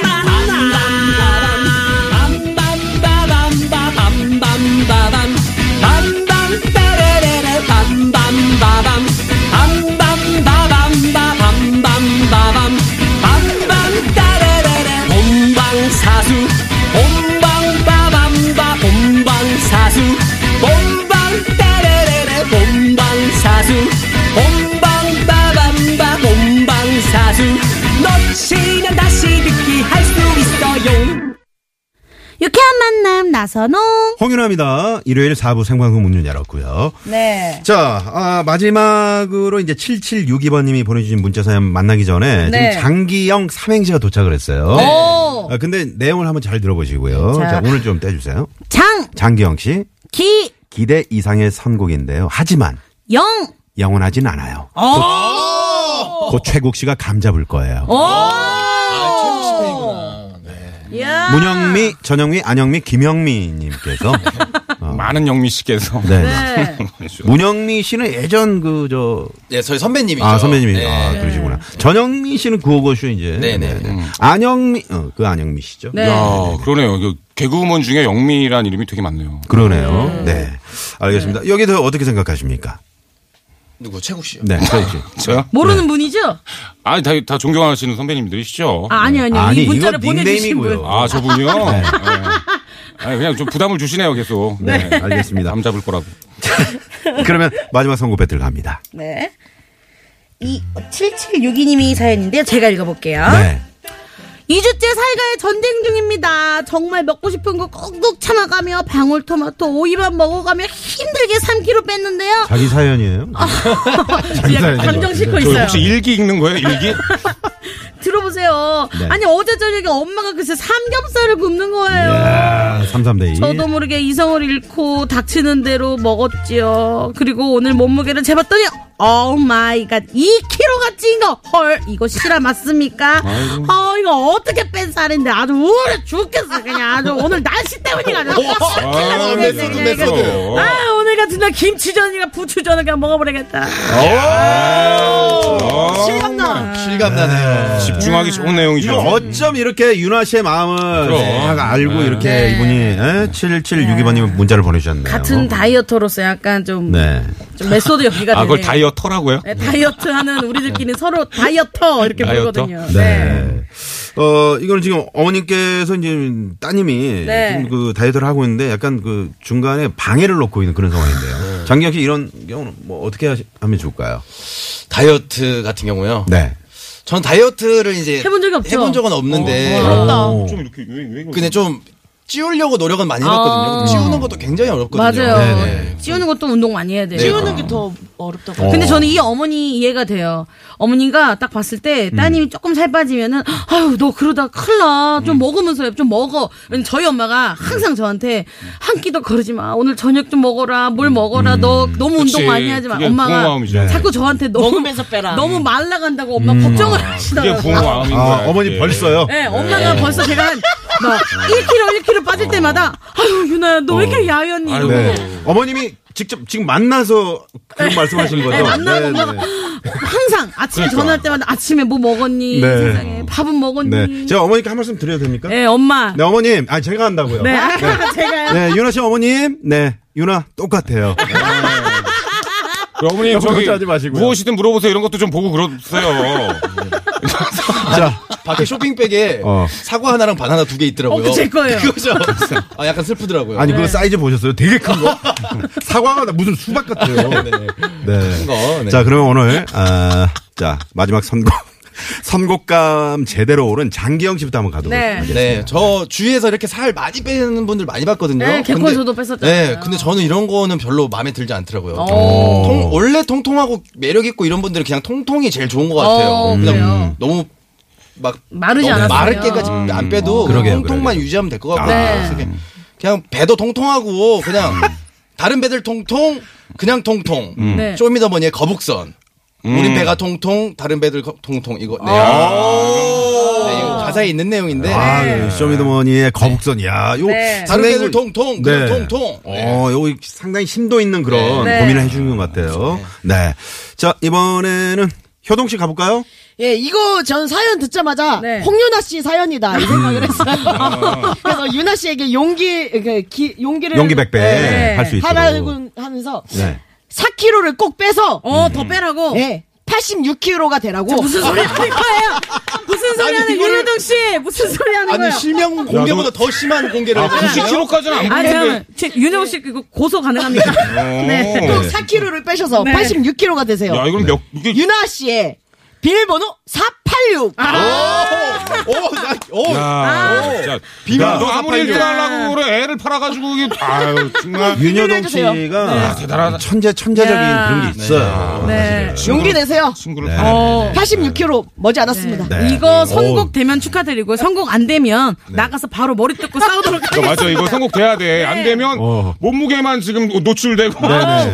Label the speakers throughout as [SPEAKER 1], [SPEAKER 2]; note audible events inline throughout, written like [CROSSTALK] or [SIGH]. [SPEAKER 1] 만남 빰빰빠밤빠밤빰빰빠밤 빰빰빠레레레 빰빰빠밤 빰빰빠밤빠밤빰빰빠밤 빰빰따레레레 본방사수 본방빠밤빠 본방사수 본방따레레레 본방사수 본방빠밤빠 본방사수 놓치면 다시 듣기 할 수 있어요
[SPEAKER 2] 유쾌한 만남 나선홍.
[SPEAKER 3] 홍윤아입니다. 일요일 4부 생방송 문을 열었고요.
[SPEAKER 2] 네.
[SPEAKER 3] 자, 아, 마지막으로 이제 7762번님이 보내주신 문자 사연 만나기 전에
[SPEAKER 2] 네.
[SPEAKER 3] 지금 장기영 삼행시가 도착을 했어요.
[SPEAKER 2] 오.
[SPEAKER 3] 아, 근데 내용을 한번 잘 들어보시고요.
[SPEAKER 2] 자.
[SPEAKER 3] 자, 오늘 좀 떼주세요.
[SPEAKER 2] 장기
[SPEAKER 3] 장기영 씨, 기대 이상의 선곡인데요. 하지만
[SPEAKER 2] 영.
[SPEAKER 3] 영원하진 않아요. 곧, 곧 최국 씨가 감 잡을 거예요.
[SPEAKER 2] 오.
[SPEAKER 3] 문영미, 전영미, 안영미,
[SPEAKER 2] [LAUGHS]
[SPEAKER 3] 김영미님께서 어,
[SPEAKER 4] 많은 영미 씨께서
[SPEAKER 3] 네. 문영미 씨는 예전 그저
[SPEAKER 5] 네, 저희 선배님이죠.
[SPEAKER 3] 아, 선배님이.
[SPEAKER 5] 네.
[SPEAKER 3] 아, 그러시구나. 전영미 씨는 구호고쇼 이제.
[SPEAKER 5] 네네. 음.
[SPEAKER 3] 안영미, 어, 그 안영미 씨죠.
[SPEAKER 2] 네.
[SPEAKER 4] 야, 그러네요. 그 개그우먼 중에 영미란 이름이 되게 많네요.
[SPEAKER 3] 그러네요.
[SPEAKER 2] 음.
[SPEAKER 3] 네. 알겠습니다. 여기에 대해 어떻게 생각하십니까?
[SPEAKER 5] 누구 최국 씨요?
[SPEAKER 3] 네. 저희
[SPEAKER 2] [LAUGHS]
[SPEAKER 3] 씨.
[SPEAKER 4] 저요?
[SPEAKER 3] 네.
[SPEAKER 2] 모르는 분이죠?
[SPEAKER 4] 아니, 다, 다 존경하시는 선배님들이시죠?
[SPEAKER 2] 아, 아니, 아니, 아니. 이
[SPEAKER 3] 아니, 이거
[SPEAKER 2] 문자를 보내주신 분.
[SPEAKER 3] 닉네임이고요.
[SPEAKER 4] 아, 저분이요? 네. 아니, 그냥 좀 부담을 주시네요, 계속.
[SPEAKER 3] 네. 알겠습니다. 네.
[SPEAKER 4] 남 잡을 거라고.
[SPEAKER 3] 그러면 마지막 선곡 배틀 갑니다.
[SPEAKER 2] 네. 이 7762님이 사연인데요. 제가 읽어볼게요.
[SPEAKER 3] 네.
[SPEAKER 2] 2주째 살가에 전쟁 중입니다. 정말 먹고 싶은 거 꾹꾹 참아가며 방울토마토 오이만 먹어가며 힘들게 3kg 뺐는데요.
[SPEAKER 3] 자기 사연이에요. 자기
[SPEAKER 2] 약간
[SPEAKER 3] 사연인
[SPEAKER 2] 아. 감정
[SPEAKER 3] 것
[SPEAKER 2] 싣고
[SPEAKER 3] 같은데.
[SPEAKER 4] 저
[SPEAKER 2] 있어요.
[SPEAKER 4] 혹시 일기 읽는 거예요, 일기?
[SPEAKER 2] 들어보세요.
[SPEAKER 3] 네.
[SPEAKER 2] 아니 어제 저녁에 엄마가 글쎄 삼겹살을 굽는 거예요.
[SPEAKER 3] 이야, 아, 33대2.
[SPEAKER 2] 저도 모르게 이성을 잃고 닥치는 대로 먹었지요. 그리고 오늘 몸무게를 재봤더니 오 마이 갓 2kg가 찐 거. 헐 이거 실화 맞습니까? 어 이거 어떻게 뺀 살인데 아주 우울해 죽겠어 그냥 아주 오늘 날씨 때문이가 아니라
[SPEAKER 3] 네,
[SPEAKER 4] 아, 메소드, 메소드.
[SPEAKER 2] 아 오늘 같은 날 김치전이나 부추전을 그냥 먹어버리겠다.
[SPEAKER 3] 네.
[SPEAKER 4] 아,
[SPEAKER 2] 실감나.
[SPEAKER 5] 실감나네요.
[SPEAKER 4] 집중하기 좋은 내용이죠.
[SPEAKER 3] 이거
[SPEAKER 2] 뭐
[SPEAKER 3] 어쩜 이렇게 윤아 씨의 마음을
[SPEAKER 4] 그럼.
[SPEAKER 3] 다 알고
[SPEAKER 5] 네.
[SPEAKER 3] 이렇게 이분이 7762번님 문자를 보내주셨네요.
[SPEAKER 2] 같은 다이어터로서 약간 좀,
[SPEAKER 3] 네.
[SPEAKER 2] 좀 메소드 연기가
[SPEAKER 4] 아,
[SPEAKER 2] 되네요.
[SPEAKER 4] 그걸 다이어터라고요?
[SPEAKER 2] 네, 다이어트 하는 우리들끼리 서로 다이어터 이렇게
[SPEAKER 4] 다이어터?
[SPEAKER 2] 부르거든요.
[SPEAKER 3] 네. 어, 이걸 지금 어머님께서 이제 따님이
[SPEAKER 2] 네.
[SPEAKER 3] 지금 그 다이어트를 하고 있는데 약간 그 중간에 방해를 놓고 있는 그런 상황인데요. 장기혁 씨 이런 경우는 뭐 어떻게 하시- 하면 좋을까요?
[SPEAKER 5] 다이어트 같은 경우요.
[SPEAKER 3] 네.
[SPEAKER 5] 전 다이어트를 이제
[SPEAKER 2] 해본 적이 없죠? 어,
[SPEAKER 5] 해본 적은 없는데 음.
[SPEAKER 3] 오.
[SPEAKER 4] 좀 이렇게, 왜, 왜.
[SPEAKER 5] 근데 좀 찌우려고 노력은 많이 해봤거든요. 근데 찌우는 것도 굉장히 어렵거든요.
[SPEAKER 2] 아.
[SPEAKER 5] 네.
[SPEAKER 2] 맞아요.
[SPEAKER 3] 네네.
[SPEAKER 2] 찌우는 것도 운동 많이 해야 돼요.
[SPEAKER 6] 띄우는 게 더 어렵다고.
[SPEAKER 2] 근데 저는 이 어머니 이해가 돼요. 어머니가 딱 봤을 때
[SPEAKER 4] 음.
[SPEAKER 2] 따님이 조금 살 빠지면은 아유 너 그러다 큰일
[SPEAKER 4] 음.
[SPEAKER 2] 나좀 먹으면서 좀 먹어. 왜냐면 저희 엄마가 항상 저한테 한 끼도 거르지 마. 오늘 저녁 좀 먹어라. 뭘 먹어라. 너 너무
[SPEAKER 4] 음. 그치.
[SPEAKER 2] 운동 많이 하지 마.
[SPEAKER 4] 그게 부모
[SPEAKER 2] 엄마가
[SPEAKER 4] 마음이죠.
[SPEAKER 2] 자꾸 저한테 너무
[SPEAKER 6] 먹으면서 빼라.
[SPEAKER 2] 너무 말라간다고 엄마 걱정을
[SPEAKER 4] 이게
[SPEAKER 2] 하시더라고요.
[SPEAKER 4] 아, 부모 마음인 거야.
[SPEAKER 3] 아, 어머니
[SPEAKER 4] 이게.
[SPEAKER 3] 벌써요?
[SPEAKER 2] 네, 엄마가 벌써 제가 한, 막 1kg, 1kg 빠질 때마다, 아유, 유나야, 너 왜 이렇게 야였니?
[SPEAKER 4] 어. 아이고.
[SPEAKER 2] 이러고.
[SPEAKER 3] 네. 어머님이 직접 지금 만나서 그런 말씀하시는 거죠?
[SPEAKER 2] 네, 만나고 엄마가
[SPEAKER 3] 네,
[SPEAKER 2] 항상 아침에
[SPEAKER 4] 그러니까.
[SPEAKER 2] 전화할 때마다 아침에 뭐 먹었니?
[SPEAKER 3] 네.
[SPEAKER 2] 세상에 밥은 먹었니?
[SPEAKER 3] 네.
[SPEAKER 2] 네,
[SPEAKER 3] 네. 제가 어머니께 한 말씀 드려도 됩니까? 네.
[SPEAKER 2] 엄마. 네,
[SPEAKER 3] 어머님. 아, 제가 한다고요.
[SPEAKER 2] 아까 [LAUGHS] 제가요.
[SPEAKER 3] 네, 윤아 씨 어머님. 네. 윤아 똑같아요.
[SPEAKER 2] 네.
[SPEAKER 4] 그 어머니, 저기,
[SPEAKER 3] 걱정하지 마시고요.
[SPEAKER 4] 무엇이든 물어보세요. 이런 것도 좀
[SPEAKER 3] [LAUGHS]
[SPEAKER 4] 보고 그러세요.
[SPEAKER 3] 자,
[SPEAKER 5] 어. 밖에 쇼핑백에
[SPEAKER 3] [LAUGHS] 어.
[SPEAKER 5] 사과 하나랑 바나나 두 개 있더라고요.
[SPEAKER 2] 어, 그제 거예요.
[SPEAKER 3] [LAUGHS]
[SPEAKER 5] 그거죠. 아, 약간 슬프더라고요.
[SPEAKER 3] 아니
[SPEAKER 2] 네.
[SPEAKER 3] 그 사이즈 보셨어요? 되게 큰 거. 사과가 무슨 수박 같아요.
[SPEAKER 5] 네.
[SPEAKER 3] 네.
[SPEAKER 5] 거, 네.
[SPEAKER 3] 자, 그러면 오늘 아, 자 마지막 선곡 [LAUGHS] 선곡감 제대로 오른 장기영 씨부터 한번 가도록
[SPEAKER 2] 네.
[SPEAKER 3] 하겠습니다.
[SPEAKER 5] 네, 저 주위에서 이렇게 살 많이 빼는 분들 많이 봤거든요.
[SPEAKER 2] 네, 개콘
[SPEAKER 5] 근데-
[SPEAKER 2] 저도 어. 뺐었잖아요.
[SPEAKER 5] 네, 근데 저는 이런 거는 별로 마음에 들지 않더라고요.
[SPEAKER 2] 오.
[SPEAKER 5] 통- 원래 통통하고 매력 있고 이런 분들은 그냥 통통이 제일 좋은 것 같아요.
[SPEAKER 2] 어,
[SPEAKER 5] 그냥
[SPEAKER 2] 그래요.
[SPEAKER 5] 너무 막
[SPEAKER 2] 마르지
[SPEAKER 5] 너무
[SPEAKER 2] 않았어요.
[SPEAKER 5] 마를 때까지 안 빼도
[SPEAKER 3] 음. 어, 그러게요,
[SPEAKER 5] 통통만
[SPEAKER 3] 그러게요.
[SPEAKER 5] 유지하면 될 것 같고
[SPEAKER 2] 네.
[SPEAKER 5] 그래서 그냥- 그냥 배도 통통하고 그냥
[SPEAKER 3] 음.
[SPEAKER 5] 다른 배들 통통 그냥 통통
[SPEAKER 2] 네.
[SPEAKER 5] 쇼미더머니의
[SPEAKER 3] 음.
[SPEAKER 5] 거북선 우리 배가 통통 다른 배들 거- 통통 이거 네. 네, 이거 가사에 있는 내용인데
[SPEAKER 3] 아, 예. 쇼미더머니의 거북선. 이야, 요
[SPEAKER 2] 네.
[SPEAKER 5] 다른
[SPEAKER 3] 상당히
[SPEAKER 5] 배들 통통 그냥 통통.
[SPEAKER 3] 네.
[SPEAKER 5] 네.
[SPEAKER 3] 어, 요 상당히 심도 있는 그런
[SPEAKER 2] 네.
[SPEAKER 3] 고민을 해주는 것 같아요. 네. 자, 이번에는 효동 씨 가볼까요?
[SPEAKER 6] 예, 이거 전 사연 듣자마자
[SPEAKER 2] 네.
[SPEAKER 6] 홍윤아 씨 사연이다 이 생각을 했어요. 그래서 윤아 씨에게 용기, 그, 기, 용기를
[SPEAKER 3] 용기 백배
[SPEAKER 2] 네.
[SPEAKER 3] 할 수 있도록.
[SPEAKER 6] 하라고 하면서
[SPEAKER 3] 네.
[SPEAKER 6] 4kg를 꼭 빼서
[SPEAKER 2] 어, 더 빼라고.
[SPEAKER 6] 예, 86kg가 되라고.
[SPEAKER 2] 무슨 소리 하는 거예요? 무슨 소리
[SPEAKER 5] 아니,
[SPEAKER 2] 하는
[SPEAKER 5] 이거를-
[SPEAKER 2] 윤여동 씨? 무슨 소리 하는
[SPEAKER 5] 아니
[SPEAKER 2] 거예요?
[SPEAKER 5] 실명 공개보다 더 심한 공개를
[SPEAKER 4] 아,
[SPEAKER 5] 해주셨네요.
[SPEAKER 4] 90kg까지는 안
[SPEAKER 2] 아,
[SPEAKER 4] 보이는데. 어.
[SPEAKER 2] 잠깐만. 윤여동 씨 이거 고소 가능합니까?
[SPEAKER 4] 아,
[SPEAKER 2] 네.
[SPEAKER 6] 꼭 4kg를 빼셔서
[SPEAKER 2] 네.
[SPEAKER 6] 86kg가 되세요.
[SPEAKER 4] 야, 이건 몇 이게
[SPEAKER 6] 윤아 씨의 비밀번호 아, 486.
[SPEAKER 2] 아,
[SPEAKER 5] 오, 오, 어, 나, 오.
[SPEAKER 4] 야, 진짜
[SPEAKER 3] 비가
[SPEAKER 4] 너 아무리 일도 안 하려고 그래 애를 팔아가지고 이게 아유 정말
[SPEAKER 3] 윤여동
[SPEAKER 6] 해주세요.
[SPEAKER 5] 아,
[SPEAKER 3] 씨가
[SPEAKER 4] 대단하다.
[SPEAKER 3] 천재, 천재적인
[SPEAKER 2] 네. 야.
[SPEAKER 3] 그런 게 있어요.
[SPEAKER 2] 네.
[SPEAKER 6] 용기 내세요.
[SPEAKER 4] 친구를
[SPEAKER 3] 네.
[SPEAKER 4] 팔아.
[SPEAKER 2] 어.
[SPEAKER 6] 86kg 머지 않았습니다.
[SPEAKER 3] 네.
[SPEAKER 2] 이거
[SPEAKER 3] 오.
[SPEAKER 2] 선곡 되면 축하드리고요. 선곡 안 되면 나가서 바로 머리 뜯고 싸우도록
[SPEAKER 4] 저
[SPEAKER 2] 하겠습니다.
[SPEAKER 4] 맞아 이거 선곡돼야 돼.
[SPEAKER 2] 네.
[SPEAKER 4] 안 되면
[SPEAKER 3] 어.
[SPEAKER 4] 몸무게만 지금 노출되고.
[SPEAKER 3] 네네.
[SPEAKER 2] 아.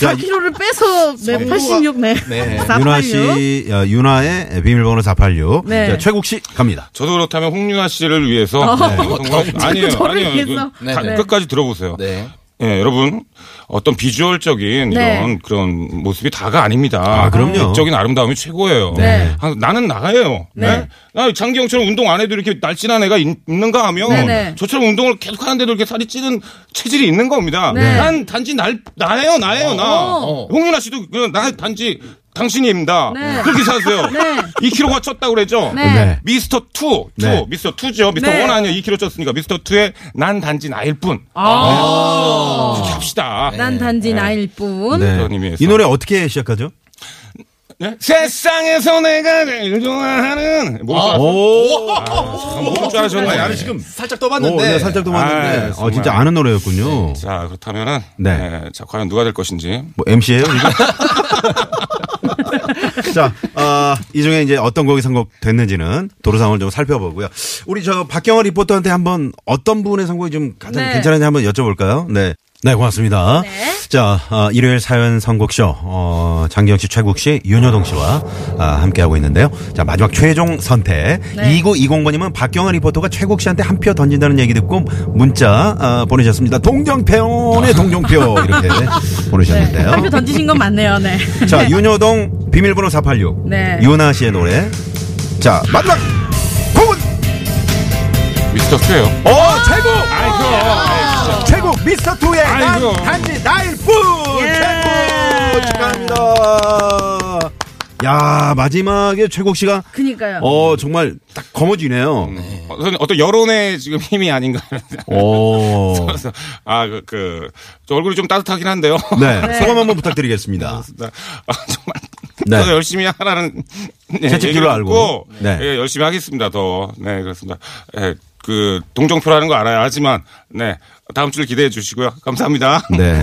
[SPEAKER 3] 자,
[SPEAKER 2] 4kg를 빼서 네, 86, 네.
[SPEAKER 5] 네.
[SPEAKER 2] 486.
[SPEAKER 3] 윤아 씨, 어, 윤아의 비밀번호 486.
[SPEAKER 2] 네.
[SPEAKER 3] 자, 최국 씨 갑니다.
[SPEAKER 4] 저도 그렇다면 홍윤아 씨를 위해서 네, 이거 선곡- 아니에요
[SPEAKER 2] 어. [LAUGHS] 저를
[SPEAKER 4] 아니에요
[SPEAKER 2] 위해서.
[SPEAKER 4] 이거 다-
[SPEAKER 5] 네.
[SPEAKER 4] 끝까지 들어보세요.
[SPEAKER 5] 네.
[SPEAKER 4] 예, 여러분 어떤 비주얼적인
[SPEAKER 2] 네.
[SPEAKER 4] 이런 그런 모습이 다가 아닙니다.
[SPEAKER 3] 아, 그럼요.
[SPEAKER 4] 극적인 아름다움이 최고예요.
[SPEAKER 2] 네.
[SPEAKER 4] 아, 나는 나가요. 네. 나 장기영처럼 운동 안 해도 이렇게 날씬한 애가 있, 는가 하면
[SPEAKER 2] 네, 네.
[SPEAKER 4] 저처럼 운동을 계속 하는데도 이렇게 살이 찌는 체질이 있는 겁니다.
[SPEAKER 2] 네. 어.
[SPEAKER 4] 난 단지 날 나예요, 나예요, 나. 홍윤아 씨도 그냥 나 단지 당신입니다.
[SPEAKER 2] 네.
[SPEAKER 4] 그렇게 사세요.
[SPEAKER 2] 네.
[SPEAKER 4] 2kg가 쪘다 고 그랬죠.
[SPEAKER 2] 네. 네.
[SPEAKER 4] 미스터 투, 투,
[SPEAKER 3] 네.
[SPEAKER 4] 미스터 투죠 미스터
[SPEAKER 2] 네.
[SPEAKER 4] 원 아니에요. 2kg 쪘으니까 미스터 투에난 단지 나일 뿐.
[SPEAKER 2] 아.
[SPEAKER 4] 그렇게 합시다.
[SPEAKER 2] 난 단지 나일 뿐.
[SPEAKER 3] 네.
[SPEAKER 4] 그런 의미에서.
[SPEAKER 3] 이 노래 어떻게 시작하죠?
[SPEAKER 4] 네? 세상에서 내가 제일 좋아하는 뭐가
[SPEAKER 3] 오, 아,
[SPEAKER 4] 뭔줄
[SPEAKER 5] 아니,
[SPEAKER 4] 아셨나요?
[SPEAKER 5] 나는 지금 살짝
[SPEAKER 3] 오,
[SPEAKER 5] 떠봤는데
[SPEAKER 3] 네, 살짝
[SPEAKER 4] 아,
[SPEAKER 3] 도왔는데 어,
[SPEAKER 4] 정말.
[SPEAKER 3] 진짜 아는 노래였군요.
[SPEAKER 4] 자 그렇다면은
[SPEAKER 3] 네.
[SPEAKER 4] 네. 자 과연 누가 될 것인지
[SPEAKER 3] 뭐 MC예요? 이거? [LAUGHS] 자, 어, 이 중에 이제 어떤 곡이 선곡됐는지는 도로 상황을 좀 살펴보고요. 우리 저 박경화 리포터한테 한번 어떤 부분의 선곡이 좀 가장
[SPEAKER 2] 네.
[SPEAKER 3] 괜찮은지 한번 여쭤볼까요? 네. 네, 고맙습니다. 자, 어, 일요일 사연 선곡쇼, 어, 장기영 씨, 최국 씨, 윤여동 씨와 아, 함께하고 있는데요. 자, 마지막 최종 선택. 2920번님은 박경화 리포터가 최국 씨한테 한 표 던진다는 얘기 듣고 문자 아, 보내셨습니다. 동정표네, 동정표. 이렇게 보내셨는데요.
[SPEAKER 2] 발표 던지신 건 맞네요, 네.
[SPEAKER 3] 자, 윤여동 비밀번호 486.
[SPEAKER 2] 네.
[SPEAKER 3] 유나 씨의 노래. 자, 마지막 곡은
[SPEAKER 4] 미스터 투예요.
[SPEAKER 3] 어, 최고!
[SPEAKER 4] 아이고
[SPEAKER 3] 최고 미스터 투의 난
[SPEAKER 4] 아이고.
[SPEAKER 3] 단지 나일 뿐 최고 축하합니다. 야 마지막에 최국 씨가
[SPEAKER 2] 그니까요.
[SPEAKER 3] 어 정말 딱 거머쥐네요.
[SPEAKER 4] 어떤, 어떤 여론의 지금 힘이 아닌가.
[SPEAKER 3] 오.
[SPEAKER 4] [LAUGHS] 그래서 아그 그, 저 얼굴이 좀 따뜻하긴 한데요.
[SPEAKER 3] 네 소감 한번 부탁드리겠습니다.
[SPEAKER 4] [LAUGHS] 아, 정말
[SPEAKER 3] 네.
[SPEAKER 4] 더 열심히 하라는 예,
[SPEAKER 3] 제 집기로
[SPEAKER 4] 얘기를
[SPEAKER 3] 알고.
[SPEAKER 4] 듣고,
[SPEAKER 3] 네.
[SPEAKER 4] 예, 열심히 하겠습니다. 더. 네, 그렇습니다. 예, 그 동정표라는 거 알아야 하지만 네. 다음 주를 기대해 주시고요. 감사합니다.
[SPEAKER 3] 네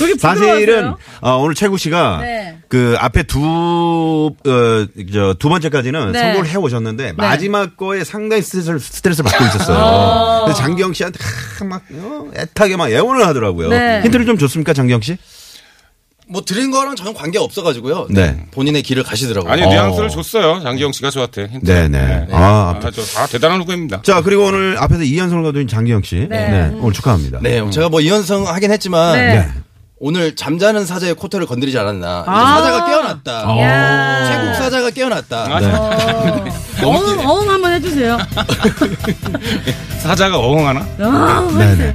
[SPEAKER 2] 왜 이렇게
[SPEAKER 3] 사실은
[SPEAKER 2] 부드러워하세요?
[SPEAKER 3] 어, 오늘 최국 씨가
[SPEAKER 2] 네.
[SPEAKER 3] 그 앞에 두어저두 번째까지는
[SPEAKER 2] 네.
[SPEAKER 3] 선곡을 해 오셨는데 마지막 거에 상당히 스트레스를, 스트레스를 받고 있었어요. 근데 장기영 씨한테 하, 막 어, 애타게 막 애원을 하더라고요.
[SPEAKER 2] 네.
[SPEAKER 3] 힌트를 좀 줬습니까, 장기영 씨?
[SPEAKER 5] 뭐 드린 거랑 전혀 관계 없어가지고요.
[SPEAKER 3] 네.
[SPEAKER 5] 본인의 길을 가시더라고요.
[SPEAKER 4] 아니
[SPEAKER 3] 어.
[SPEAKER 4] 뉘앙스를 줬어요. 장기영 씨가 저한테. 힌트.
[SPEAKER 3] 네네. 아, 네. 아무튼.
[SPEAKER 4] 저, 아, 대단한 후배입니다.
[SPEAKER 3] 자, 그리고 오늘 앞에서 이현성을 거둔 장기영 씨. 네. 오늘 축하합니다.
[SPEAKER 5] 네, 제가 뭐 이현성 하긴 했지만
[SPEAKER 2] 네. 네.
[SPEAKER 5] 오늘 잠자는 사자의 코털을 건드리지 않았나. 이제
[SPEAKER 2] 아.
[SPEAKER 5] 사자가 깨어났다.
[SPEAKER 2] 야.
[SPEAKER 5] 태국 사자가
[SPEAKER 4] 아,
[SPEAKER 5] 깨어났다.
[SPEAKER 2] 어흥, 어흥 한번 해주세요.
[SPEAKER 4] 사자가 어흥하나?
[SPEAKER 2] 아,
[SPEAKER 3] 네네.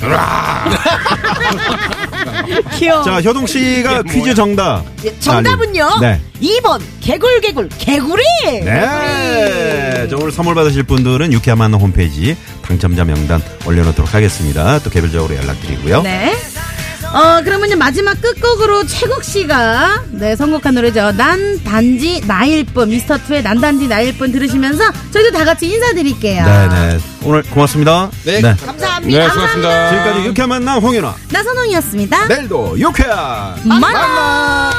[SPEAKER 2] 귀여워.
[SPEAKER 3] 자, 효동 씨가 퀴즈 정답.
[SPEAKER 6] 예, 정답은요.
[SPEAKER 3] 알려- 네.
[SPEAKER 6] 2번 개굴 개굴 개구리.
[SPEAKER 3] 네. 자, 오늘 선물 받으실 분들은 유쾌한 만남 홈페이지 당첨자 명단 올려놓도록 하겠습니다. 또 개별적으로 연락드리고요.
[SPEAKER 2] 네. 어, 그러면 이제 마지막 끝곡으로 최국 씨가 네, 선곡한 노래죠. 난 단지 나일 뿐. 미스터 투의 난 단지 나일 뿐 들으시면서 저희도 다 같이 인사드릴게요.
[SPEAKER 3] 네네. 오늘 고맙습니다.
[SPEAKER 5] 네.
[SPEAKER 6] 감사합니다.
[SPEAKER 4] 네, 수고하셨습니다.
[SPEAKER 3] 지금까지 유쾌한 만남 홍윤아.
[SPEAKER 2] 나선홍이었습니다.
[SPEAKER 3] 내일도 유쾌한
[SPEAKER 2] 만나!